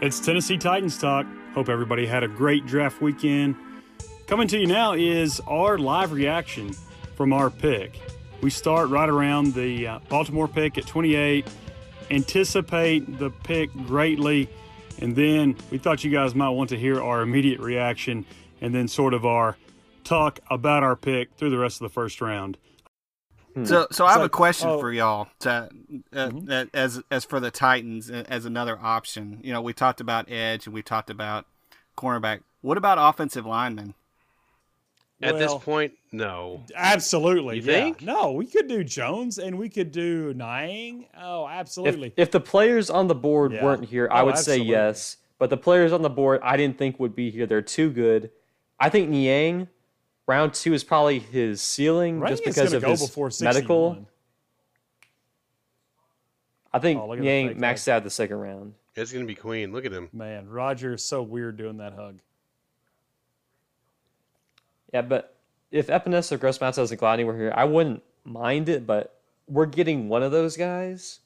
It's Tennessee Titans talk. Hope everybody had a great draft weekend. Coming to you now is our live reaction from our pick. We start right around the uh, Baltimore pick at 28, anticipate the pick greatly, and then we thought you guys might want to hear our immediate reaction and then sort of our talk about our pick through the rest of the first round. So, so I It's have a like, question oh. Mm-hmm. for y'all to, uh, uh, as as for the Titans uh, as another option. You know, we talked about edge and we talked about cornerback. What about offensive linemen? At this Well- point, no. Absolutely. You yeah. think? No, we could do Jones and we could do Nying. Oh, absolutely. If, if the players on the board Yeah. weren't here, I Oh, would absolutely. say yes. But the players on the board, I didn't think would be here. They're too good. I think Niang, round two is probably his ceiling Running just is because gonna of go his Oh, before 61. medical. I think Oh, look at the Niang fake maxed out the second round. It's gonna be Queen. Look at him. Man, Roger is so weird doing that hug. Yeah, but if Epinesa or Grossmouth doesn't go anywhere here, I wouldn't mind it. But we're getting one of those guys,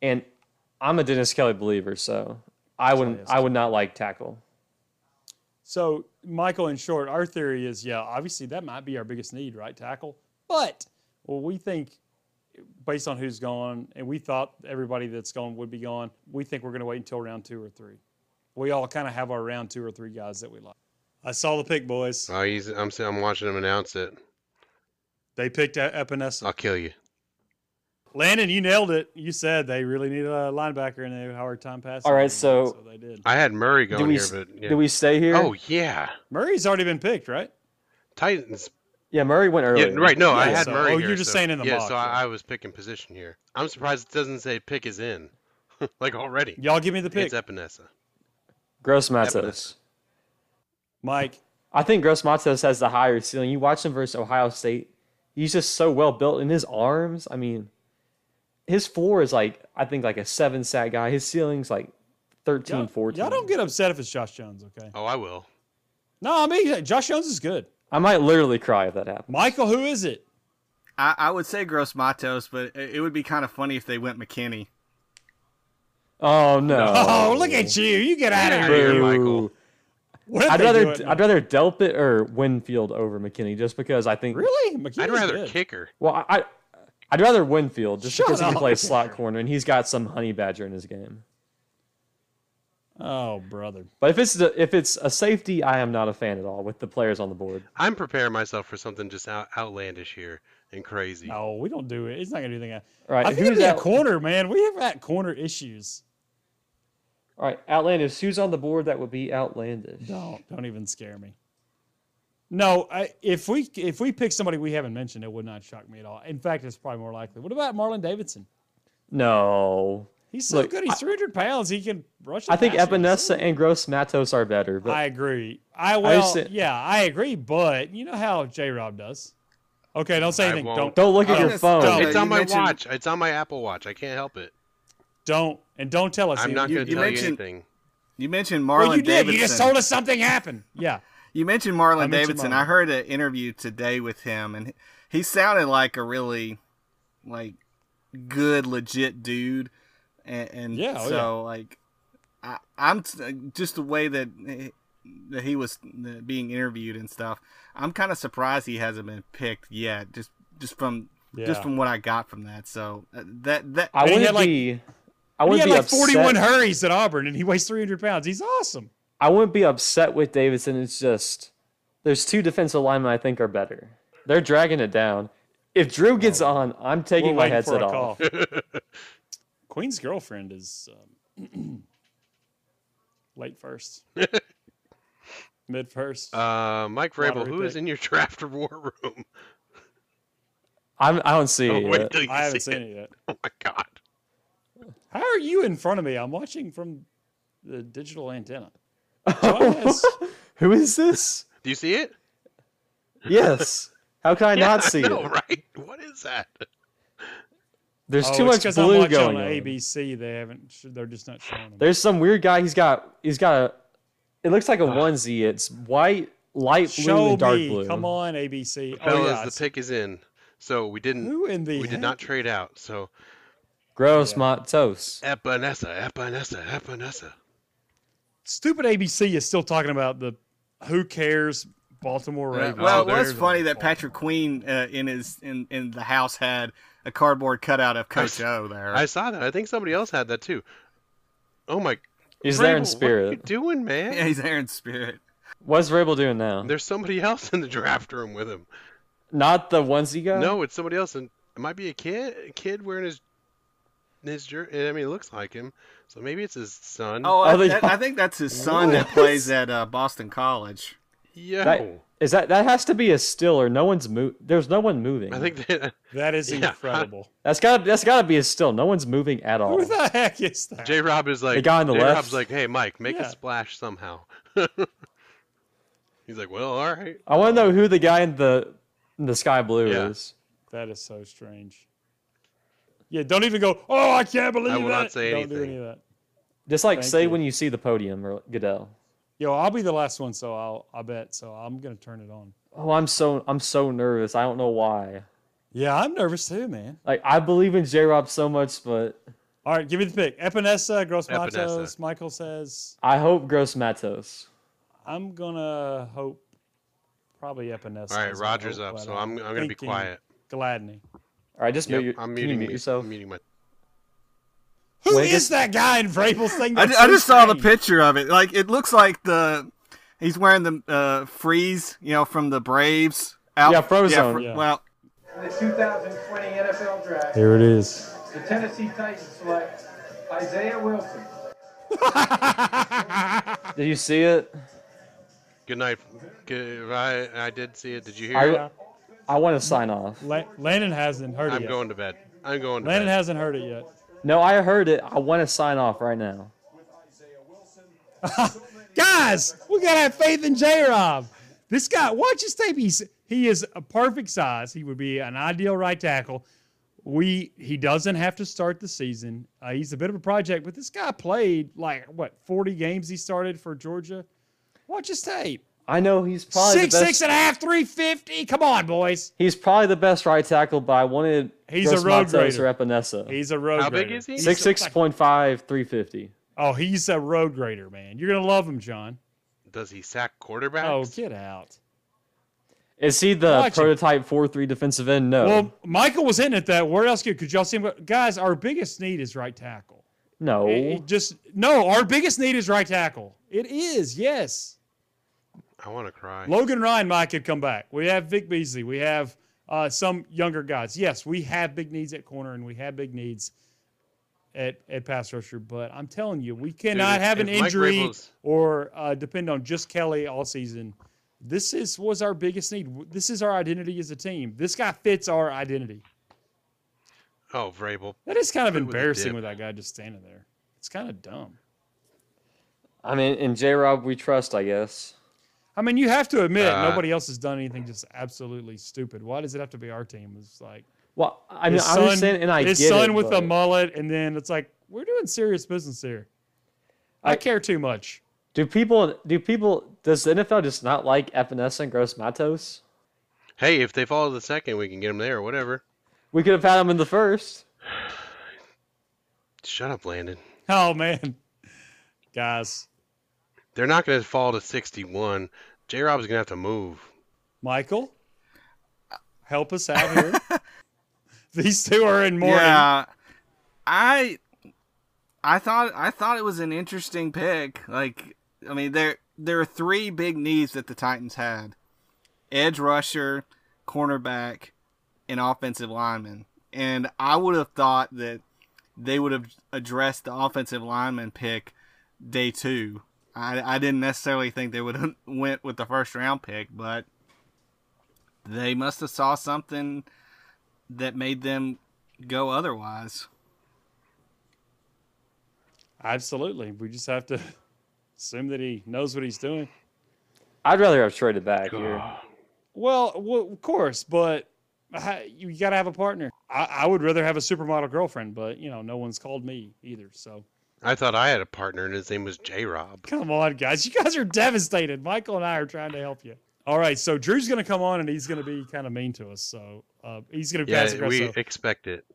and I'm a Dennis Kelly believer, so I wouldn't. Dennis I would not like tackle. So, Michael, in short, our theory is yeah, obviously that might be our biggest need, right? Tackle. But, well, we think based on who's gone, and we thought everybody that's gone would be gone, we think we're going to wait until round two or three. We all kind of have our round two or three guys that we like. I saw the pick, boys. Oh, he's. I'm. s- I'm watching him announce it. They picked E-, Epinesa. I'll kill you. Landon, you nailed it. You said they really needed a linebacker, and they had a hard time passing. All right, him, so- so they did. I had Murray going do we? here, s- but yeah. Do we stay here? Oh yeah, Murray's already been picked, right? Titans. yeah. Murray went Yeah, earlier. right. No, I Yeah, had so- Murray. oh, you're here, just so- saying in the yeah, mock, So yeah. I, I was picking position here. I'm surprised it doesn't say pick is in, like already. Y'all give me the pick, It's Epinesa. Gross Epinesa. Matos. Mike. I think Gross Matos has the higher ceiling. You watch him versus Ohio State. He's just so well built in his arms. I mean, his floor is like I think like a seven sack guy. His ceiling's like 13, Y'all, 14. y'all don't get upset if it's Josh Jones, okay? Oh, I will. No, I mean Josh Jones is good. I might literally cry if that happens. Michael, who is it? I, I would say Gross Matos, but it, it would be kind of funny if they went McKinney. Oh no! Oh, look at you! You get out of Yeah. here. here, Boo. Michael. What if I'd they rather do it? I'd rather Delpit or Winfield over McKinney just because I think really. McKinney's I'd rather good. kick her. Well, I I- I'd rather Winfield just Shut because he up. can play slot corner and he's got some honey badger in his game. Oh, brother! But if it's a, if it's a safety, I am not a fan at all with the players on the board. I'm preparing myself for something just out, outlandish here and crazy. No, we don't do it. It's not gonna do anything. All right, I think it'd who's be a out- corner, man. We have had corner issues. All right, outlandish. Who's on the board? That would be outlandish. Don't don't even scare me. No, I, if we if we pick somebody we haven't mentioned, it would not shock me at all. In fact, it's probably more likely. What about Marlon Davidson? No, He's so Look, good. He's 300 pounds. He can rush. the I think passer. He's so- Epinesa and Gross Matos are better. But I agree. I well, just said- yeah, I agree. But you know how J. Rob does. Okay, don't say I anything. Don't won't. don't look at I your was phone. gonna say- It's you on my mentioned- watch. It's on my Apple Watch. I can't help it. don't and don't tell us. I'm You- not you- going to you tell you mentioned- anything. You mentioned Marlon Well, you did. Davidson. You just told us something happened. Yeah. You mentioned I Marlon mentioned Davidson. Marlon. I heard an interview today with him, and he- he sounded like a really, like, good legit dude. And, and Yeah, oh, so yeah. like, I, I'm t- just the way that he- that he was uh, being interviewed and stuff. I'm kind of surprised he hasn't been picked yet. Just just from Yeah. just from what I got from that. So uh, that that I he had, wouldn't like- be. I he wouldn't had be like upset. 41 hurries at Auburn, and he weighs 300 pounds. He's awesome. I wouldn't be upset with Davidson. It's just there's two defensive linemen I think are better. They're dragging it down. If Drew gets on, I'm taking Oh. We're my waiting for headset a off. call. Queen's girlfriend is um, late first, mid first. Uh, Mike Rabel, Lottery who is pick. in your draft war room? I'm, I don't see Oh, it. wait till you I haven't see seen it yet. Oh my god. How are you in front of me? I'm watching from the digital antenna. So I guess- Who is this? Do you see it? Yes. How can I Yeah, not see I know, it? Right? What is that? There's too Oh, much it's 'cause I'm blue watching going on on. ABC. They haven't. sh- They're just not showing them. There's some weird guy. He's got he's got a. It looks like a onesie. It's white, light blue, Show and dark me. blue. Come on, ABC. Oh Fellas, yeah. the pick is in. So we didn't Who in the we did heck? not trade out. So Gross Yeah. Matos. Epinesa, Epinesa, Epinesa. Stupid ABC is still talking about the who cares Baltimore Uh, Ravens. well, Oh, it was there's funny that Patrick Queen uh, in his in, in the house had a cardboard cutout of Coach s- O there. I saw that. I think somebody else had that too. Oh my. He's Vrabel, What there in are you spirit. doing, man? yeah, he's Aaron Spirit. What's Rabel doing now? There's somebody else in the draft room with him. Not the onesie guy. No, it's somebody else, and it might be a kid. A kid wearing his his jersey. I mean, it looks like him. So maybe it's his son. Oh, I, Oh, they- that- I think that's his son that plays at uh, Boston College. yo. That- Is that that has to be a stiller? No one's move. There's no one moving. I think that that is Yeah. incredible. that's got that's got to be a still. No one's moving at all. Who the heck is that? J. Rob is like. The guy on the J. left? Rob's like, hey, Mike, make Yeah. a splash somehow. He's like, well, all right. I want to know who the guy in the in the sky blue Yeah. is. that is so strange. Yeah, don't even go. Oh, I can't believe will not that." say don't do anything. any of that. Just like Thank say you. when you see the podium or Goodell. Yo, I'll be the last one, so I'll I bet. So I'm gonna turn it on. Oh, I'm so I'm so nervous. I don't know why. Yeah, I'm nervous too, man. Like I believe in J Rob so much, but All right, give me the pick. Epinesa, Gross Epinesa. Matos. Michael says I hope Gross Matos. I'm gonna hope probably Epinesa. All right, is my Rogers hope, up. but So I'm, I'm gonna be thinking quiet. Gladney. All right, just Yep, mute your, I'm can you muting mute me- yourself. I'm muting my. Who Wait, is just- that guy in Vrabel's thing? I, That's ju- I so just saw the strange? picture of it. Like it looks like the he's wearing the uh, freeze, you know, from the Braves. Out, Yeah, Frozone. Yeah. Well, In the 2020 NFL Draft, Here it is. the Tennessee Titans select Isaiah Wilson. Did you see it? Good night. Good, I, I did see it. Did you hear it? I, I want to sign off. La- Landon hasn't heard it I'm yet. going to bed. I'm going to Landon bed. hasn't heard it yet. No, I heard it. I want to sign off right now. Guys, we gotta have faith in J Rob. This guy, watch his tape. He's he is a perfect size. He would be an ideal right tackle. We he doesn't have to start the season. Uh, he's a bit of a project, but this guy played like what 40 games he started for Georgia. Watch his tape. I know he's probably Six, the best, six and a half, 350. Come on, boys. He's probably the best right tackle, but I wanted He's a Gross road Matos grader. or Epinesa. He's a road How grader. big is he? Six six point five three fifty. Oh, he's a road grader, man. You're gonna love him, John. Does he sack quarterbacks? Oh, get out. Is he the Watch him. prototype four three defensive end? No, Well, Michael was hitting at that. Where else could, could y'all see him? go- Guys, our biggest need is right tackle. no. It- it just no, our biggest need is right tackle. It is yes. I want to cry. Logan Ryan might could come back. We have Vic Beasley. We have uh, some younger guys. Yes, we have big needs at corner and we have big needs at at pass rusher. But I'm telling you, we cannot if- have an if Mike injury Vrabel's- or uh, depend on just Kelly all season. This is was our biggest need. This is our identity as a team. This guy fits our identity. Oh, Vrabel. That is kind of Good with the embarrassing dip. with that guy just standing there. It's kind of dumb. I mean, in J Rob we trust, I guess. I mean, you have to admit Uh, nobody else has done anything just absolutely stupid. Why does it have to be our team? It's like Well, I mean, I understand, and I his get son it, with a but- mullet, and then it's like we're doing serious business here. I, I- care too much. Do people? Do people? Does the NFL just not like Epinesa and Gross Matos? Hey, if they follow the second, we can get him there or whatever. We could have had him in the first. Shut up, Landon. Oh man, guys, They're not going to fall to 61. J. Rob's going to have to move. Michael, help us out here. These two are in mourning. yeah, I I thought I thought it was an interesting pick. Like, I mean, there there are three big needs that the Titans had: edge rusher, cornerback, and offensive lineman. And I would have thought that they would have addressed the offensive lineman pick day two. I, I didn't necessarily think they would have went with the first round pick, but they must have saw something that made them go otherwise. Absolutely, we just have to assume that he knows what he's doing. I'd rather have traded back here. Well, w- of course, but I- you got to have a partner. I, I would rather have a supermodel girlfriend, but you know, no one's called me either. So I thought I had a partner, and his name was J. Rob. come on, guys, you guys are devastated. Michael and I are trying to help you. All right, so Drew's going to come on and he's going to be kind of mean to us. So uh, he's going to be Yeah, passive we aggressive. expect it.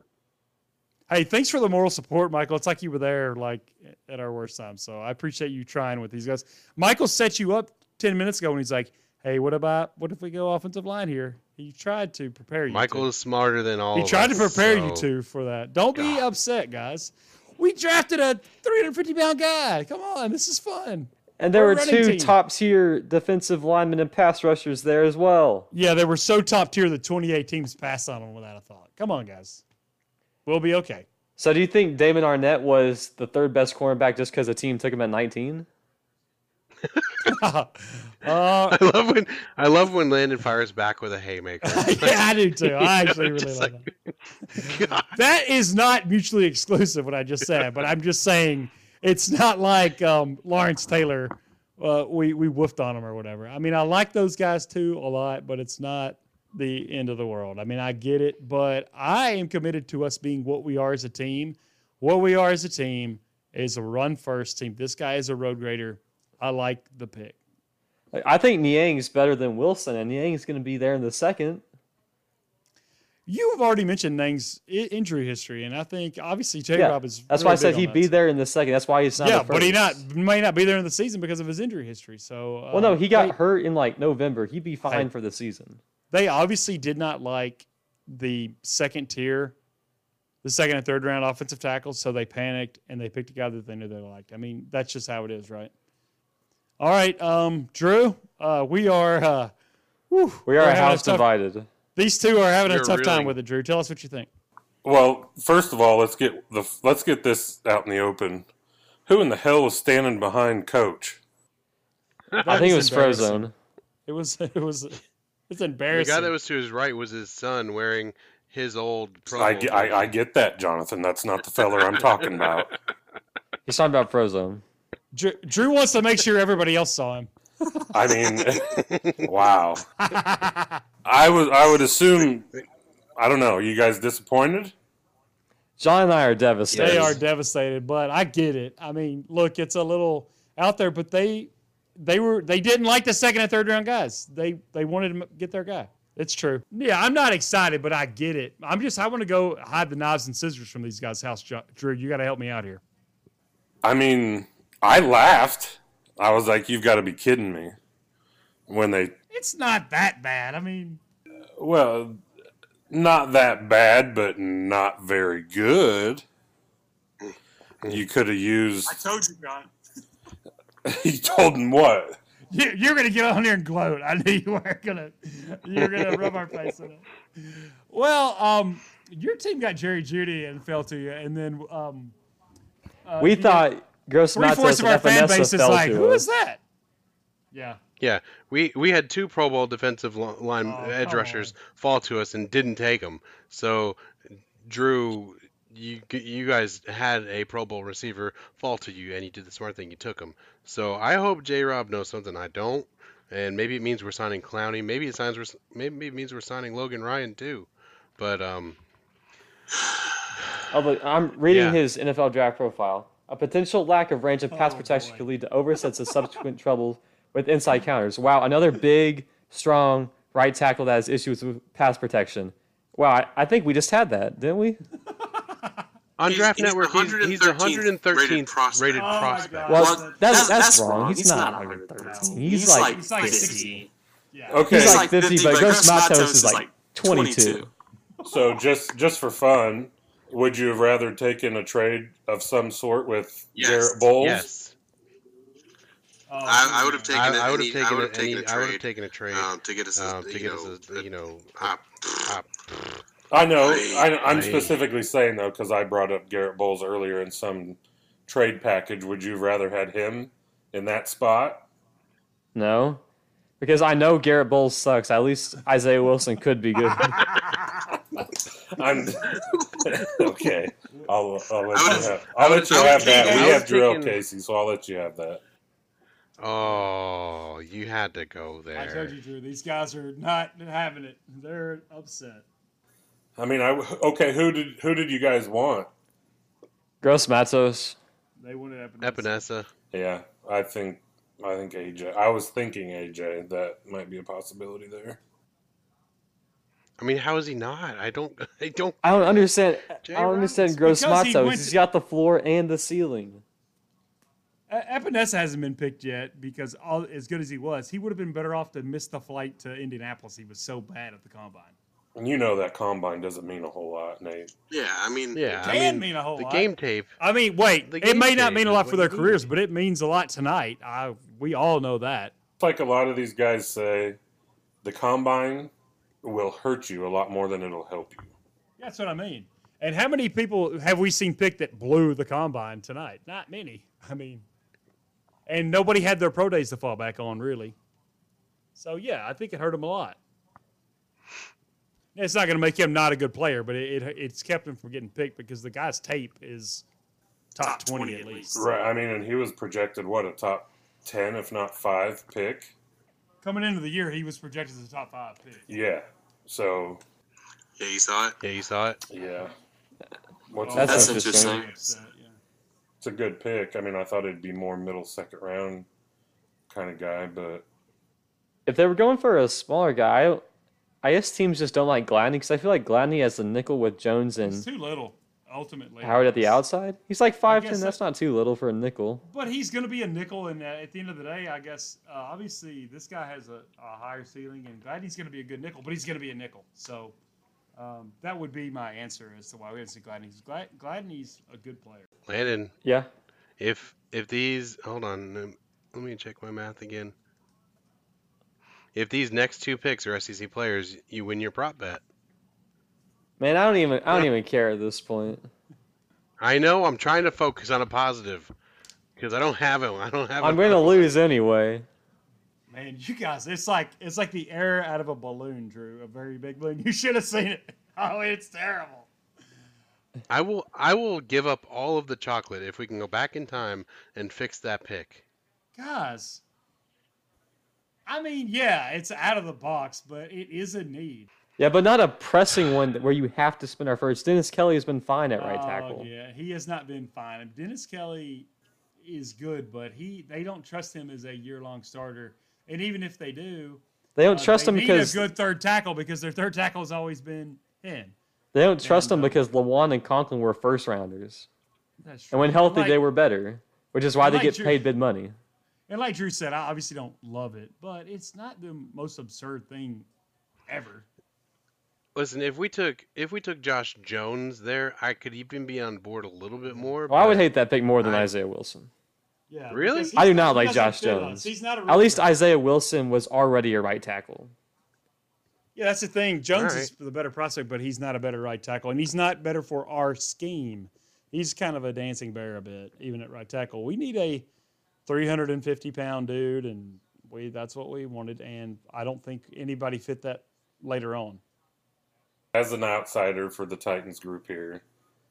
Hey, thanks for the moral support, Michael. It's like you were there, like at our worst time. So I appreciate you trying with these guys. Michael set you up ten minutes ago when he's like, "Hey, what about what if we go offensive line here?" He tried to prepare you. to. Michael is smarter than all. He of tried to us, prepare you Oh, so- two for that. Don't be God. upset, guys. We drafted a 350 pound guy. Come on, this is fun. And there We're were a running two team. top tier defensive linemen and pass rushers there as well. Yeah, they were so top tier that 28 teams passed on them without a thought. Come on, guys. We'll be okay. So do you think Damon Arnett was the third best cornerback just because the team took him at 19? uh, I love when I love when Landon fires back with a haymaker. yeah, I do too. I actually really Just like like- that. God. That is not mutually exclusive what I just said, but I'm just saying it's not like um, Lawrence Taylor. Uh, we we woofed on him or whatever. I mean, I like those guys too a lot, but it's not the end of the world. I mean, I get it, but I am committed to us being what we are as a team. What we are as a team is a run first team. This guy is a road grader. I like the pick. Like, I think Niang's better than Wilson, and Niang's going to be there in the second. You have already mentioned Nang's i- injury history, and I think obviously J. Yeah, Rob is. That's really why I big said on he'd that. be there in the second. That's why he's not. yeah, the but he not first. may not be there in the season because of his injury history. So uh, Well, no, he got They, hurt in like November. He'd be fine Hey. for the season. they obviously did not like the second tier, the second and third round offensive tackles, so they panicked and they picked a guy that they knew they liked. I mean, that's just how it is, right? All right, um, Drew, uh, we are. Uh, whew, We are we're a having house tough- divided. These two are having a We're tough time reeling. with it. Drew, tell us what you think. Well, first of all, let's get the let's get this out in the open. Who in the hell was standing behind coach? I think it was That's embarrassing. Frozone. It was. It was. It's The embarrassing. guy that was to his right was his son wearing his old. Pro I, Bowl ge- I, I jersey. get that, Jonathan. That's not the feller I'm talking about. He's talking about Frozone. Drew, Drew wants to make sure everybody else saw him. I mean, wow. I was I would assume. I don't know. You guys disappointed? John and I are devastated. They Yes. are devastated, but I get it. I mean, look, it's a little out there, but they they were they didn't like the second and third round guys. They they wanted to m- get their guy. It's true. Yeah, I'm not excited, but I get it. I'm just I want to go hide the knives and scissors from these guys' house. Jo- Drew, you got to help me out here. I mean, I laughed. I was like, "You've got to be kidding me!" When they It's not that bad. I mean, well, not that bad, but not very good. You could have used. told you, John. you told him what? you, you're gonna get on here and gloat. I knew you were gonna you're gonna rub our face in it. Well, um, your team got Jerry Judy and fell to you, and then um, we thought Gross three Matos fourths of and our fan base Epenesa is fell like, to who is us. that? Yeah, Yeah, we we had two Pro Bowl defensive li- line Oh, edge come rushers fall to us and didn't take them. So, Drew, you g- you guys had a Pro Bowl receiver fall to you, and you did the smart thing. You took him. So I hope J. Rob knows something I don't, and maybe it means we're signing Clowney. Maybe it signs we're s- maybe it means we're signing Logan Ryan too. But um, Oh, look, I'm reading Yeah. his NFL draft profile. A potential lack of range of pass Oh, protection boy. could lead to oversets and subsequent trouble with inside counters. Wow, another big, strong right tackle that has issues with pass protection. Wow, I, I think we just had that, didn't we? on He's- Draft he's Network, he's, he's the 113th 113th rated rated prospect. prospect. Rated Oh my prospect. God. Well, Well, that's, that's, wrong. He's, not, 113. He's, like, he's like 50. 60. yeah. Okay, he's He's like like 50, 50, but but Gross Gross Matos Matos is is like like 22. 22. so just just for fun, would you have rather taken a trade of some sort with Yes. Garrett Oh Bowles? Yes, I, I would have taken I, it. I would any- have taken, I it would have taken any- a I would have trade taken a trade um, to get us, a- um, to you get know, us, a, you know, uh, uh, I know. I, Aye. I'm specifically saying though because I brought up Garrett Bowles earlier in some trade package. Would you have rather had him in that spot? No, because I know Garrett Bowles sucks. At least Isaiah Wilson could be good. I'm okay. I'll, I'll let I you would- have, I'll I let would- you I would have that. take- I We was have Drill thinking- Casey, so I'll let you have that. Oh, you had to go there. I told you, Drew. These guys are not having it. They're upset. I mean, I okay. Who did who did you guys want? Gross Matos. They wanted Epinesa. Epinesa. Yeah, I think I think AJ. I was thinking AJ that might be a possibility there. I mean, how is he not? I don't. I don't. I don't understand. Jay I don't understand Gross Robbins. Because he Matos. went He's to- got the floor and the ceiling. Uh, Epinesa hasn't been picked yet because all, as good as he was, he would have been better off to miss the flight to Indianapolis. He was so bad at the combine. And you know that combine doesn't mean a whole lot, Nate. Yeah, I mean, Yeah, I It can mean, mean a whole the lot. game tape. I mean, wait, The it may game not mean a day lot is for what their you careers, need. but it means a lot tonight. I we all know that. It's like a lot of these guys say, the combine will hurt you a lot more than it'll help you. That's what I mean. And how many people have we seen pick that blew the combine tonight? Not many. I mean, and nobody had their pro days to fall back on, really. So, yeah, I think it hurt him a lot. It's not going to make him not a good player, but it, it it's kept him from getting picked because the guy's tape is top, 20, at least. Right. I mean, and he was projected, what, a top 10, if not five pick? Coming into the year, he was projected as a top five pick. Yeah. So, yeah, you saw it. Yeah, you saw it. yeah. What's That's That's interesting. interesting. uh, It's a good pick. I mean, I thought it'd be more middle second round kind of guy, but If they were going for a smaller guy, I, don't- I guess teams just don't like Gladney because I feel like Gladney has the nickel with Jones He's and too little, ultimately. Howard at the outside. He's like five ten. guess That's not too little for a nickel. But he's going to be a nickel, and uh, at the end of the day, I guess uh, obviously this guy has a, a higher ceiling, and Gladney's going to be a good nickel, but he's going to be a nickel. So um, that would be my answer as to why we didn't see Gladney. 'Cause Glad- Gladney's a good player. Landon, Yeah. if if these hold on, um, let me check my math again. If these next two picks are SEC players, you win your prop bet. Man, I don't even I don't even care at this point. I know. I'm trying to focus on a positive because I don't have it. I don't have. I'm a- gonna lose anyway. Man, you guys, it's like it's like the air out of a balloon, Drew, a very big balloon. You should have seen it. Oh, it's terrible. I will. I will give up all of the chocolate if we can go back in time and fix that pick. Guys, I mean, yeah, it's out of the box, but it is a need. Yeah, but not a pressing one that- where you have to spin our first. Dennis Kelly has been fine at right Oh, tackle. Yeah, he has not been fine. Dennis Kelly is good, but he they don't trust him as a year long starter. And even if they do, They don't uh, trust they him need because a good third tackle because their third tackle has always been him. they don't trust and, him uh, because Lawan and Conklin were first rounders, That's true. and when healthy, like, they were better, which is why and they like get Drew- paid big money. And like Drew said, I obviously don't love it, but it's not the most absurd thing ever. Listen, if we took if we took Josh Jones there, I could even be on board a little bit more. Well, I would but hate that pick more than I- Isaiah Wilson. Yeah, Really? because I he's do not he like doesn't Josh fit us. Jones. He's not a At least receiver. Isaiah Wilson was already a right tackle. Yeah, that's the thing. Jones All is the better prospect, but he's not a better right tackle, and he's not better for our scheme. He's kind of a dancing bear a bit, even at right tackle. We need a 350 pound dude, and we that's what we wanted. And I don't think anybody fit that later on. as an outsider for the Titans group here,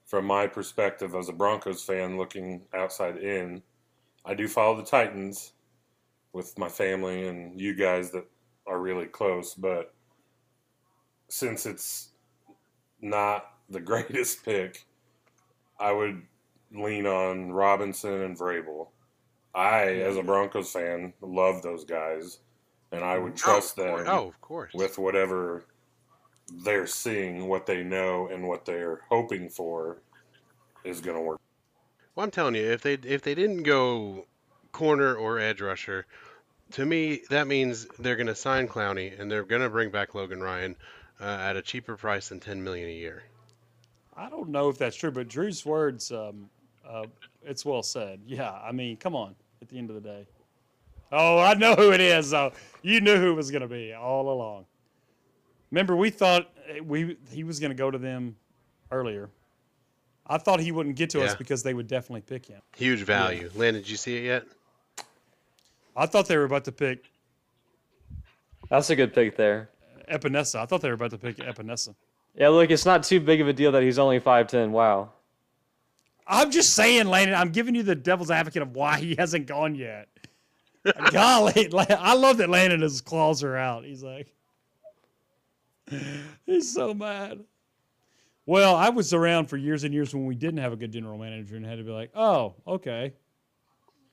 from my perspective as a Broncos fan looking outside in, I do follow the Titans with my family and you guys that are really close, but since it's not the greatest pick, I would lean on Robinson and Vrabel. I, as a Broncos fan, love those guys, and I would trust oh, of course- them Oh, of course. with whatever they're seeing, what they know, and what they're hoping for is going to work. Well, I'm telling you, if they if they didn't go corner or edge rusher, to me that means they're going to sign Clowney and they're going to bring back Logan Ryan uh, at a cheaper price than 10 million a year. I don't know if that's true, but Drew's words, um, uh, it's well said. Yeah, I mean, come on. At the end of the day, oh, I know who it is. Though you knew who it was going to be all along. Remember, we thought eh, we he was going to go to them earlier. I thought he wouldn't get to us Yeah. because they would definitely pick him. Huge value. Landon, did you see it yet? I thought they were about to pick That's a good pick there. Epinesa. I thought they were about to pick Epinesa. Yeah, look, it's not too big of a deal that he's only 5'10. Wow. I'm just saying, Landon. I'm giving you the devil's advocate of why he hasn't gone yet. Golly, La- I love that Landon. His claws are out. He's like, he's so mad. Well, I was around for years and years when we didn't have a good general manager and had to be like, oh, okay,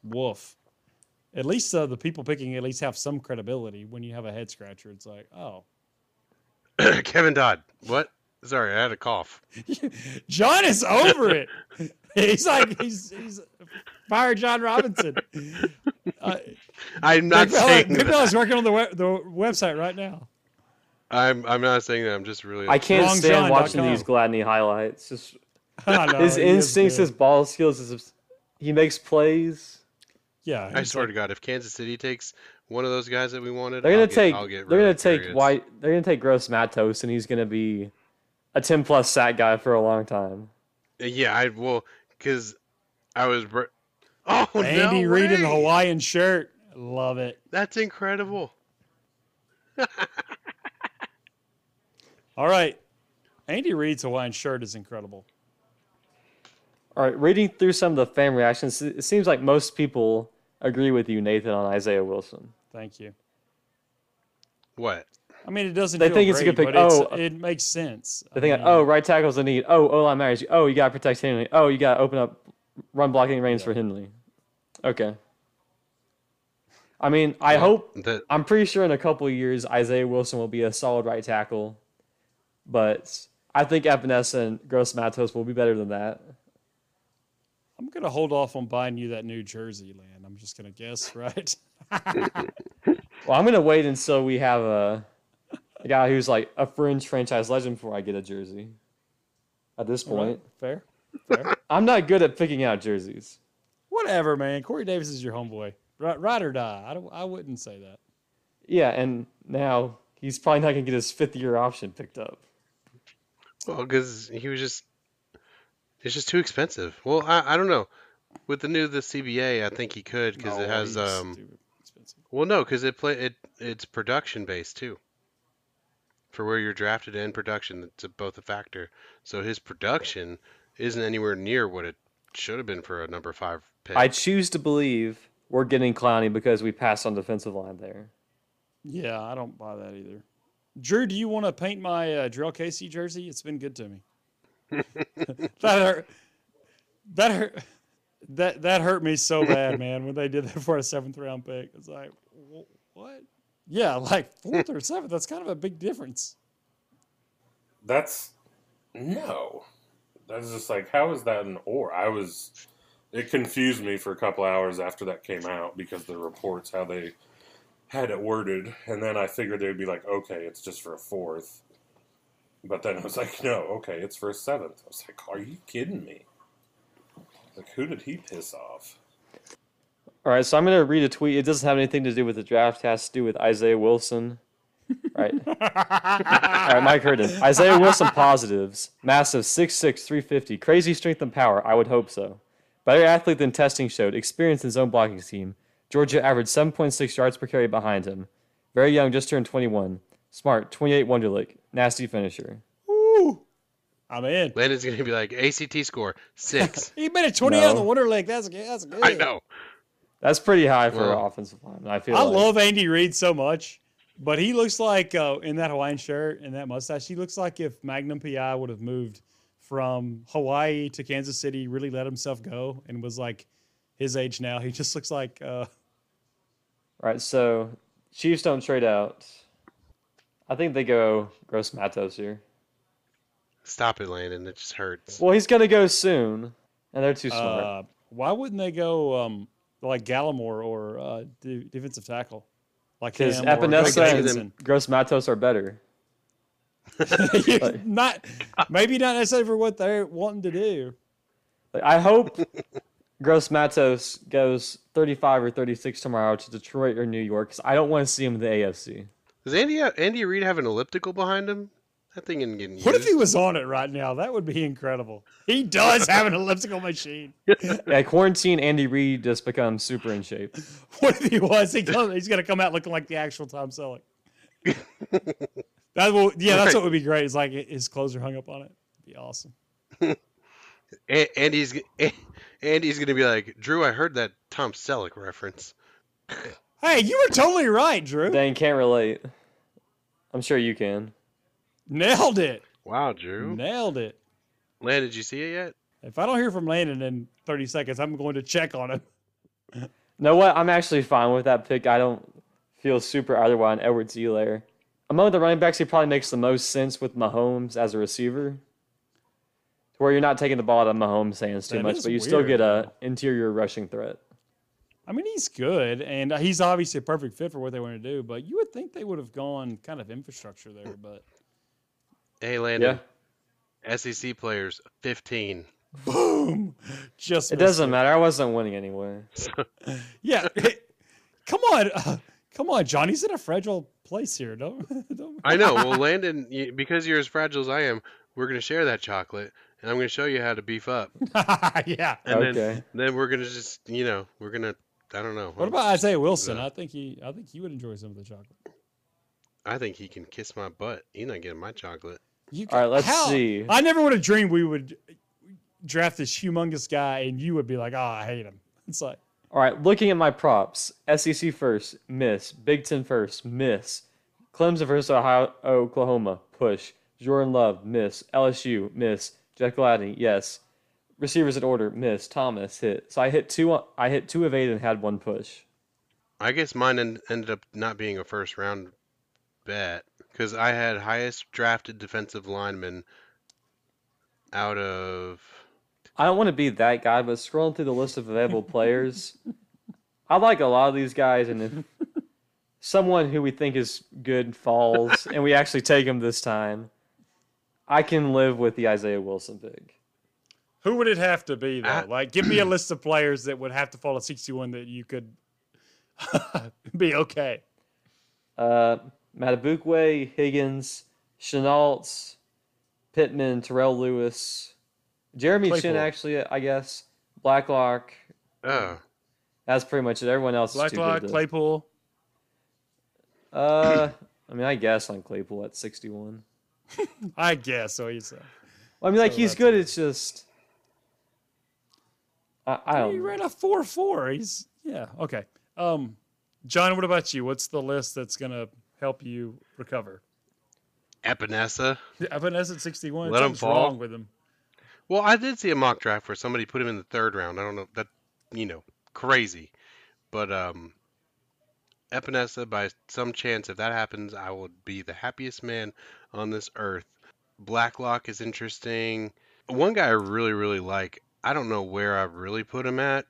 woof. At least uh, the people picking at least have some credibility. When you have a head scratcher, it's like, oh, Kevin Dodd. What? Sorry, I had a cough. John is over it. He's like he's he's fire John Robinson. Uh, I'm not Big Bella- saying Big that. Bella's working on the web, the website right now. I'm I'm not saying that. I'm just really. I can't stand WrongJohn.com. watching these Gladney highlights. Just I know, his Uh, he is instincts, good. his ball skills, his he makes plays. yeah. I he's swear like- to God, if Kansas City takes one of those guys that we wanted, They're gonna I'll get- take I'll get they're really gonna take furious. White they're gonna take Gross Matos and he's gonna be a ten plus sack guy for a long time. Uh, Yeah, I well, because I was. br- Oh Andy no Reid in the way! Hawaiian shirt. Love it. That's incredible. All right. Andy Reid's Hawaiian shirt is incredible. All right, reading through some of the fan reactions, it seems like most people agree with you, Nathan, on Isaiah Wilson. Thank you. What? I mean, it doesn't. They feel think it's a great, good pick. but it's- Oh, uh, it makes sense. They I think like, Mm-hmm. mean, oh, right tackle's a need. Oh, O line matters. Oh, you gotta protect Henley. Oh, you gotta open up run blocking lanes for Henley. Okay. I mean, I hope That I'm pretty sure in a couple of years Isaiah Wilson will be a solid right tackle, but I think Evanessa and Gross Matos will be better than that. I'm gonna hold off on buying you that new jersey, Land. I'm just gonna guess, right? Well, I'm gonna wait until we have a, a guy who's like a fringe franchise legend before I get a jersey. At this All point, right, Fair. Fair. I'm not good at picking out jerseys. Whatever, man. Corey Davis is your homeboy. Ride, ride or die. I, don't, I wouldn't say that. Yeah, and now he's probably not gonna get his fifth year option picked up. well, because he was just. It's just too expensive. Well, I, I don't know. With the new the CBA, I think he could because it Oh, has he's um. stupid expensive. Well, no, because it play it it's production based too. For where you're drafted and production, it's a- both a factor. So his production isn't anywhere near what it should have been for a number five pick. I choose to believe we're getting Clowney because we passed on defensive line there. Yeah, I don't buy that either. Drew, do you want to paint my uh, Drill Casey jersey? It's been good to me. that hurt. That hurt. That that hurt me so bad, man. When they did that for a seventh round pick, it's like, wh- what? Yeah, like fourth or seventh. That's kind of a big difference. That's no. That's just like how is that an or? I was it confused me for a couple hours after that came out because the reports how they had it worded, and then I figured they'd be like, okay, it's just for a fourth. But then I was like, no, okay, it's for a seventh. I was like, are you kidding me? Like, who did he piss off? All right, so I'm going to read a tweet. It doesn't have anything to do with the draft. It has to do with Isaiah Wilson. All right. All right, Mike Curtis. Isaiah Wilson positives. Massive 6'6", 350. Crazy strength and power. I would hope so. Better athlete than testing showed. Experience in zone blocking scheme. Georgia averaged 7.6 yards per carry behind him. Very young, just turned 21. Smart, 28 Wonderlick. Nasty finisher. Woo! I'm in. Landon's gonna be like ACT score six. He made a twenty out of the No. water leg. That's good. That's good. I know. That's pretty high for Wow. an offensive lineman, I feel I like. love Andy Reid so much, but he looks like uh, in that Hawaiian shirt and that mustache, he looks like if Magnum PI would have moved from Hawaii to Kansas City, really let himself go, and was like his age now. He just looks like uh, All right, so Chiefs don't trade out. I think they go Gross Matos here. Stop it, Landon. It just hurts. Well, he's gonna go soon, and they're too smart. uh, why wouldn't they go um, like Gallimore or uh, de- defensive tackle like Because him? or Epinesa Greg and Dickinson? Gross Matos are better. not maybe not necessarily for what they're wanting to do. Like, I hope Gross Matos goes 35 or 36 tomorrow to Detroit or New York. 'cause I don't want to see him in the AFC. Does Andy Andy Reid have an elliptical behind him? That thing isn't getting used. What if he was on it right now? That would be incredible. He does have an elliptical machine. Yeah, quarantine Andy Reid just becomes super in shape. What if he was? He come, he's gonna come out looking like the actual Tom Selleck. that will, yeah, Right. that's what would be great. Is like his clothes are hung up on it. Be awesome. A- Andy's g- Andy's gonna be like Drew. I heard that Tom Selleck reference. Hey, you were totally right, Drew. Dang, can't relate. I'm sure you can. Nailed it. Wow, Drew. Nailed it. Landon, did you see it yet? If I don't hear from Landon in 30 seconds, I'm going to check on him. know what? I'm actually fine with that pick. I don't feel super either way on Edwards Elair. among the running backs, he probably makes the most sense with Mahomes as a receiver, to where you're not taking the ball out of Mahomes' hands too That much, is but you still weird. get a interior rushing threat. I mean, he's good, and he's obviously a perfect fit for what they want to do. But you would think they would have gone kind of infrastructure there, but Hey, Landon, SEC players, 15. boom, just It missed doesn't matter. I wasn't winning anyway. Yeah, come on, uh, come on, John. He's in a fragile place here. Don't, don't I know. Well, Landon, you, because you're as fragile as I am, we're going to share that chocolate, and I'm going to show you how to beef up. yeah. And Okay. then, then we're going to just, you know, we're going to, I don't know. What I'm- about Isaiah Wilson? Yeah. I think he, I think he would enjoy some of the chocolate. I think he can kiss my butt. He's not getting my chocolate. All You got- right, let's how- see. I never would have dreamed we would draft this humongous guy, and you would be like, "Oh, I hate him." It's like, All right, looking at my props, SEC first, miss. Big Ten first, miss. Clemson versus Ohio, Oklahoma, push. Jordan Love, miss. LSU, miss. Jack Gladney, yes. Receivers in order, miss. Thomas hit. So I hit two. I hit two of eight and had one push. I guess mine en- ended up not being a first round bet because I had highest drafted defensive lineman out of. I don't want to be that guy, but scrolling through the list of available players, I like a lot of these guys. And if someone who we think is good falls and we actually take him this time, I can live with the Isaiah Wilson pick. who would it have to be though? Ah. like, give me a list of players that would have to fall at sixty-one that you could be okay. Uh, Matabukwe, Higgins, Chenault, Pittman, Terrell Lewis, Jeremy Chin, Claypool. actually, I guess. Blacklock. Oh, That's pretty much it. Everyone else is Blacklock, too good. to- Claypool. uh, I mean, I guess on Claypool at 61. I guess so. You say. Well, I mean, like, So he's that's good. it. It's just. I, I he don't know. ran a four four. He's yeah okay. Um, John, what about you? What's the list that's gonna help you recover? Epinesa. I've been at sixty-one. Let him Something's fall. wrong with him. Well, I did see a mock draft where somebody put him in the third round. I don't know that, you know, crazy, but um, Epinesa. By some chance, if that happens, I will be the happiest man on this earth. Blacklock is interesting. One guy I really, really like. I don't know where I really put him at.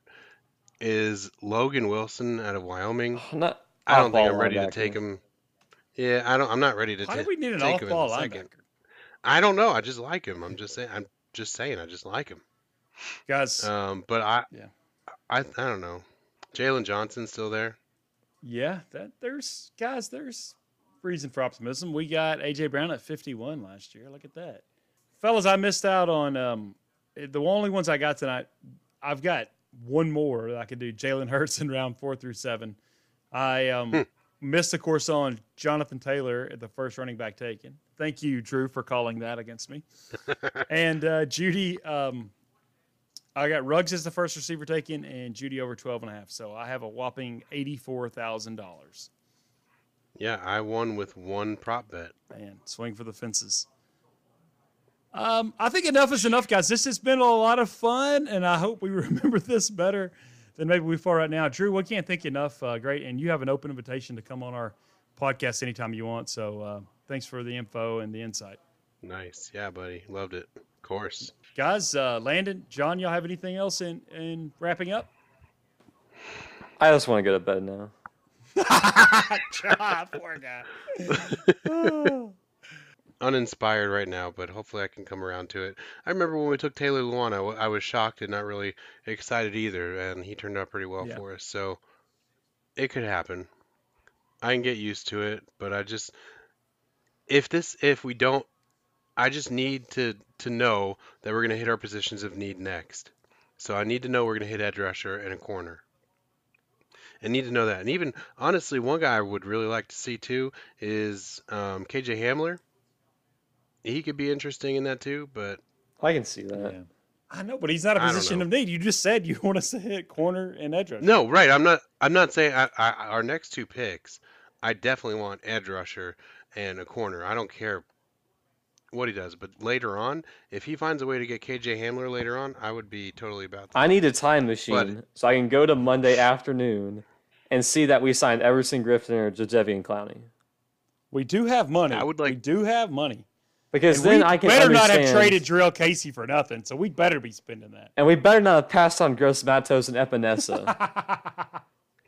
Is Logan Wilson out of Wyoming? I'm not, I don't think oddball I'm ready to linebacker. take him. Yeah, I don't. I'm not ready to. Why do ta- we need an take him in off-ball the second. linebacker? I don't know. I just like him. I'm just saying. I'm just saying. I just like him. Guys, Um, but I, Yeah. I, I don't know. Jalen Johnson's still there. yeah, that there's guys, there's reason for optimism. We got AJ Brown at 51 last year. Look at that. Fellas, I missed out on um the only ones I got tonight. I've got one more that I could do. Jalen Hurts in round four through seven. I um Hmm. missed of course on Jonathan Taylor at the first running back taken. Thank you, Drew, for calling that against me. and uh, Judy, um, I got Ruggs as the first receiver taken and Judy over 12 and a half. So I have a whopping $84,000. Yeah, I won with one prop bet. Man, swing for the fences. Um, I think enough is enough, guys. This has been a lot of fun, and I hope we remember this better than maybe we far right now. Drew, we can't thank you enough. Uh, great, and you have an open invitation to come on our podcast anytime you want. So uh, thanks for the info and the insight, Nice. Yeah, buddy. Loved it. Of course. guys. Uh, Landon, John, y'all have anything else in in wrapping up? I just want to go to bed now. John, Ah, poor guy. Uninspired right now, but hopefully I can come around to it. I remember when we took Taylor Luana, w- I was shocked and not really excited either, and he turned out pretty well Yeah. for us. So it could happen. I can get used to it, but I just if this if we don't, I just need to to know that we're gonna hit our positions of need next. So I need to know we're gonna hit edge rusher and a corner. I need to know that. And even honestly, one guy I would really like to see too is um, KJ Hamler. He could be interesting in that too, but I can see that. Yeah. I know, but he's not a I don't position know. of need. You just said you want us to hit corner and edge rusher. no, right? I'm not. I'm not saying I, I, our next two picks. I definitely want edge rusher and a corner. I don't care what he does, but later on, if he finds a way to get KJ Hamler later on, I would be totally about that. I need a time machine so I can go to Monday afternoon and see that we signed Everson Griffin or Jadevian Clowney. We do have money. I would we like- do have money. Because And then we I can better understand, not have traded Drill Casey for nothing. So we better be spending that. and we better not have passed on Gross Matos and Epinesa.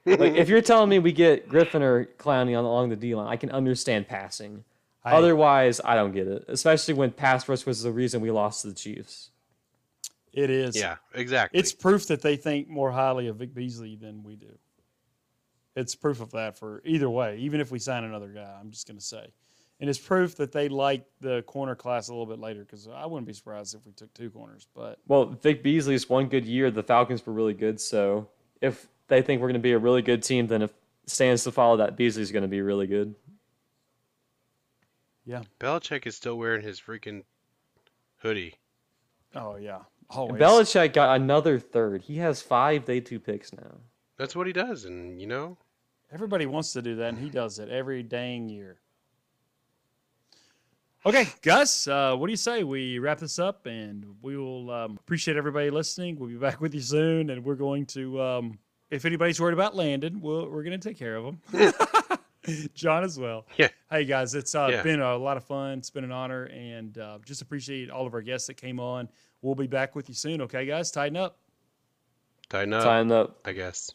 like if you're telling me we get Griffin or Clowney on along the D line, I can understand passing. Hey, Otherwise, I don't get it. Especially when pass rush was the reason we lost to the Chiefs. it is. Yeah, exactly. It's proof that they think more highly of Vic Beasley than we do. It's proof of that for either way, even if we sign another guy, I'm just going to say. And it's proof that they like the corner class a little bit later because I wouldn't be surprised if we took two corners. But Well, Vic Beasley's one good year. The Falcons were really good. So if they think we're going to be a really good team, then if stands to follow that, Beasley's going to be really good. Belichick is still wearing his freaking hoodie. oh yeah, always. Belichick got another third. He has five day two picks now. That's what he does, and you know, Everybody wants to do that, and he does it every dang year. Okay, Gus, uh, what do you say? We wrap this up, and we will um, appreciate everybody listening. We'll be back with you soon, and we're going to, um, if anybody's worried about Landon, we'll, we're going to take care of him. John as well. Yeah. Hey guys, it's uh, Yeah. been a lot of fun. It's been an honor, and uh, just appreciate all of our guests that came on. We'll be back with you soon. Okay, guys, tighten up. tighten up, Tying up. I guess.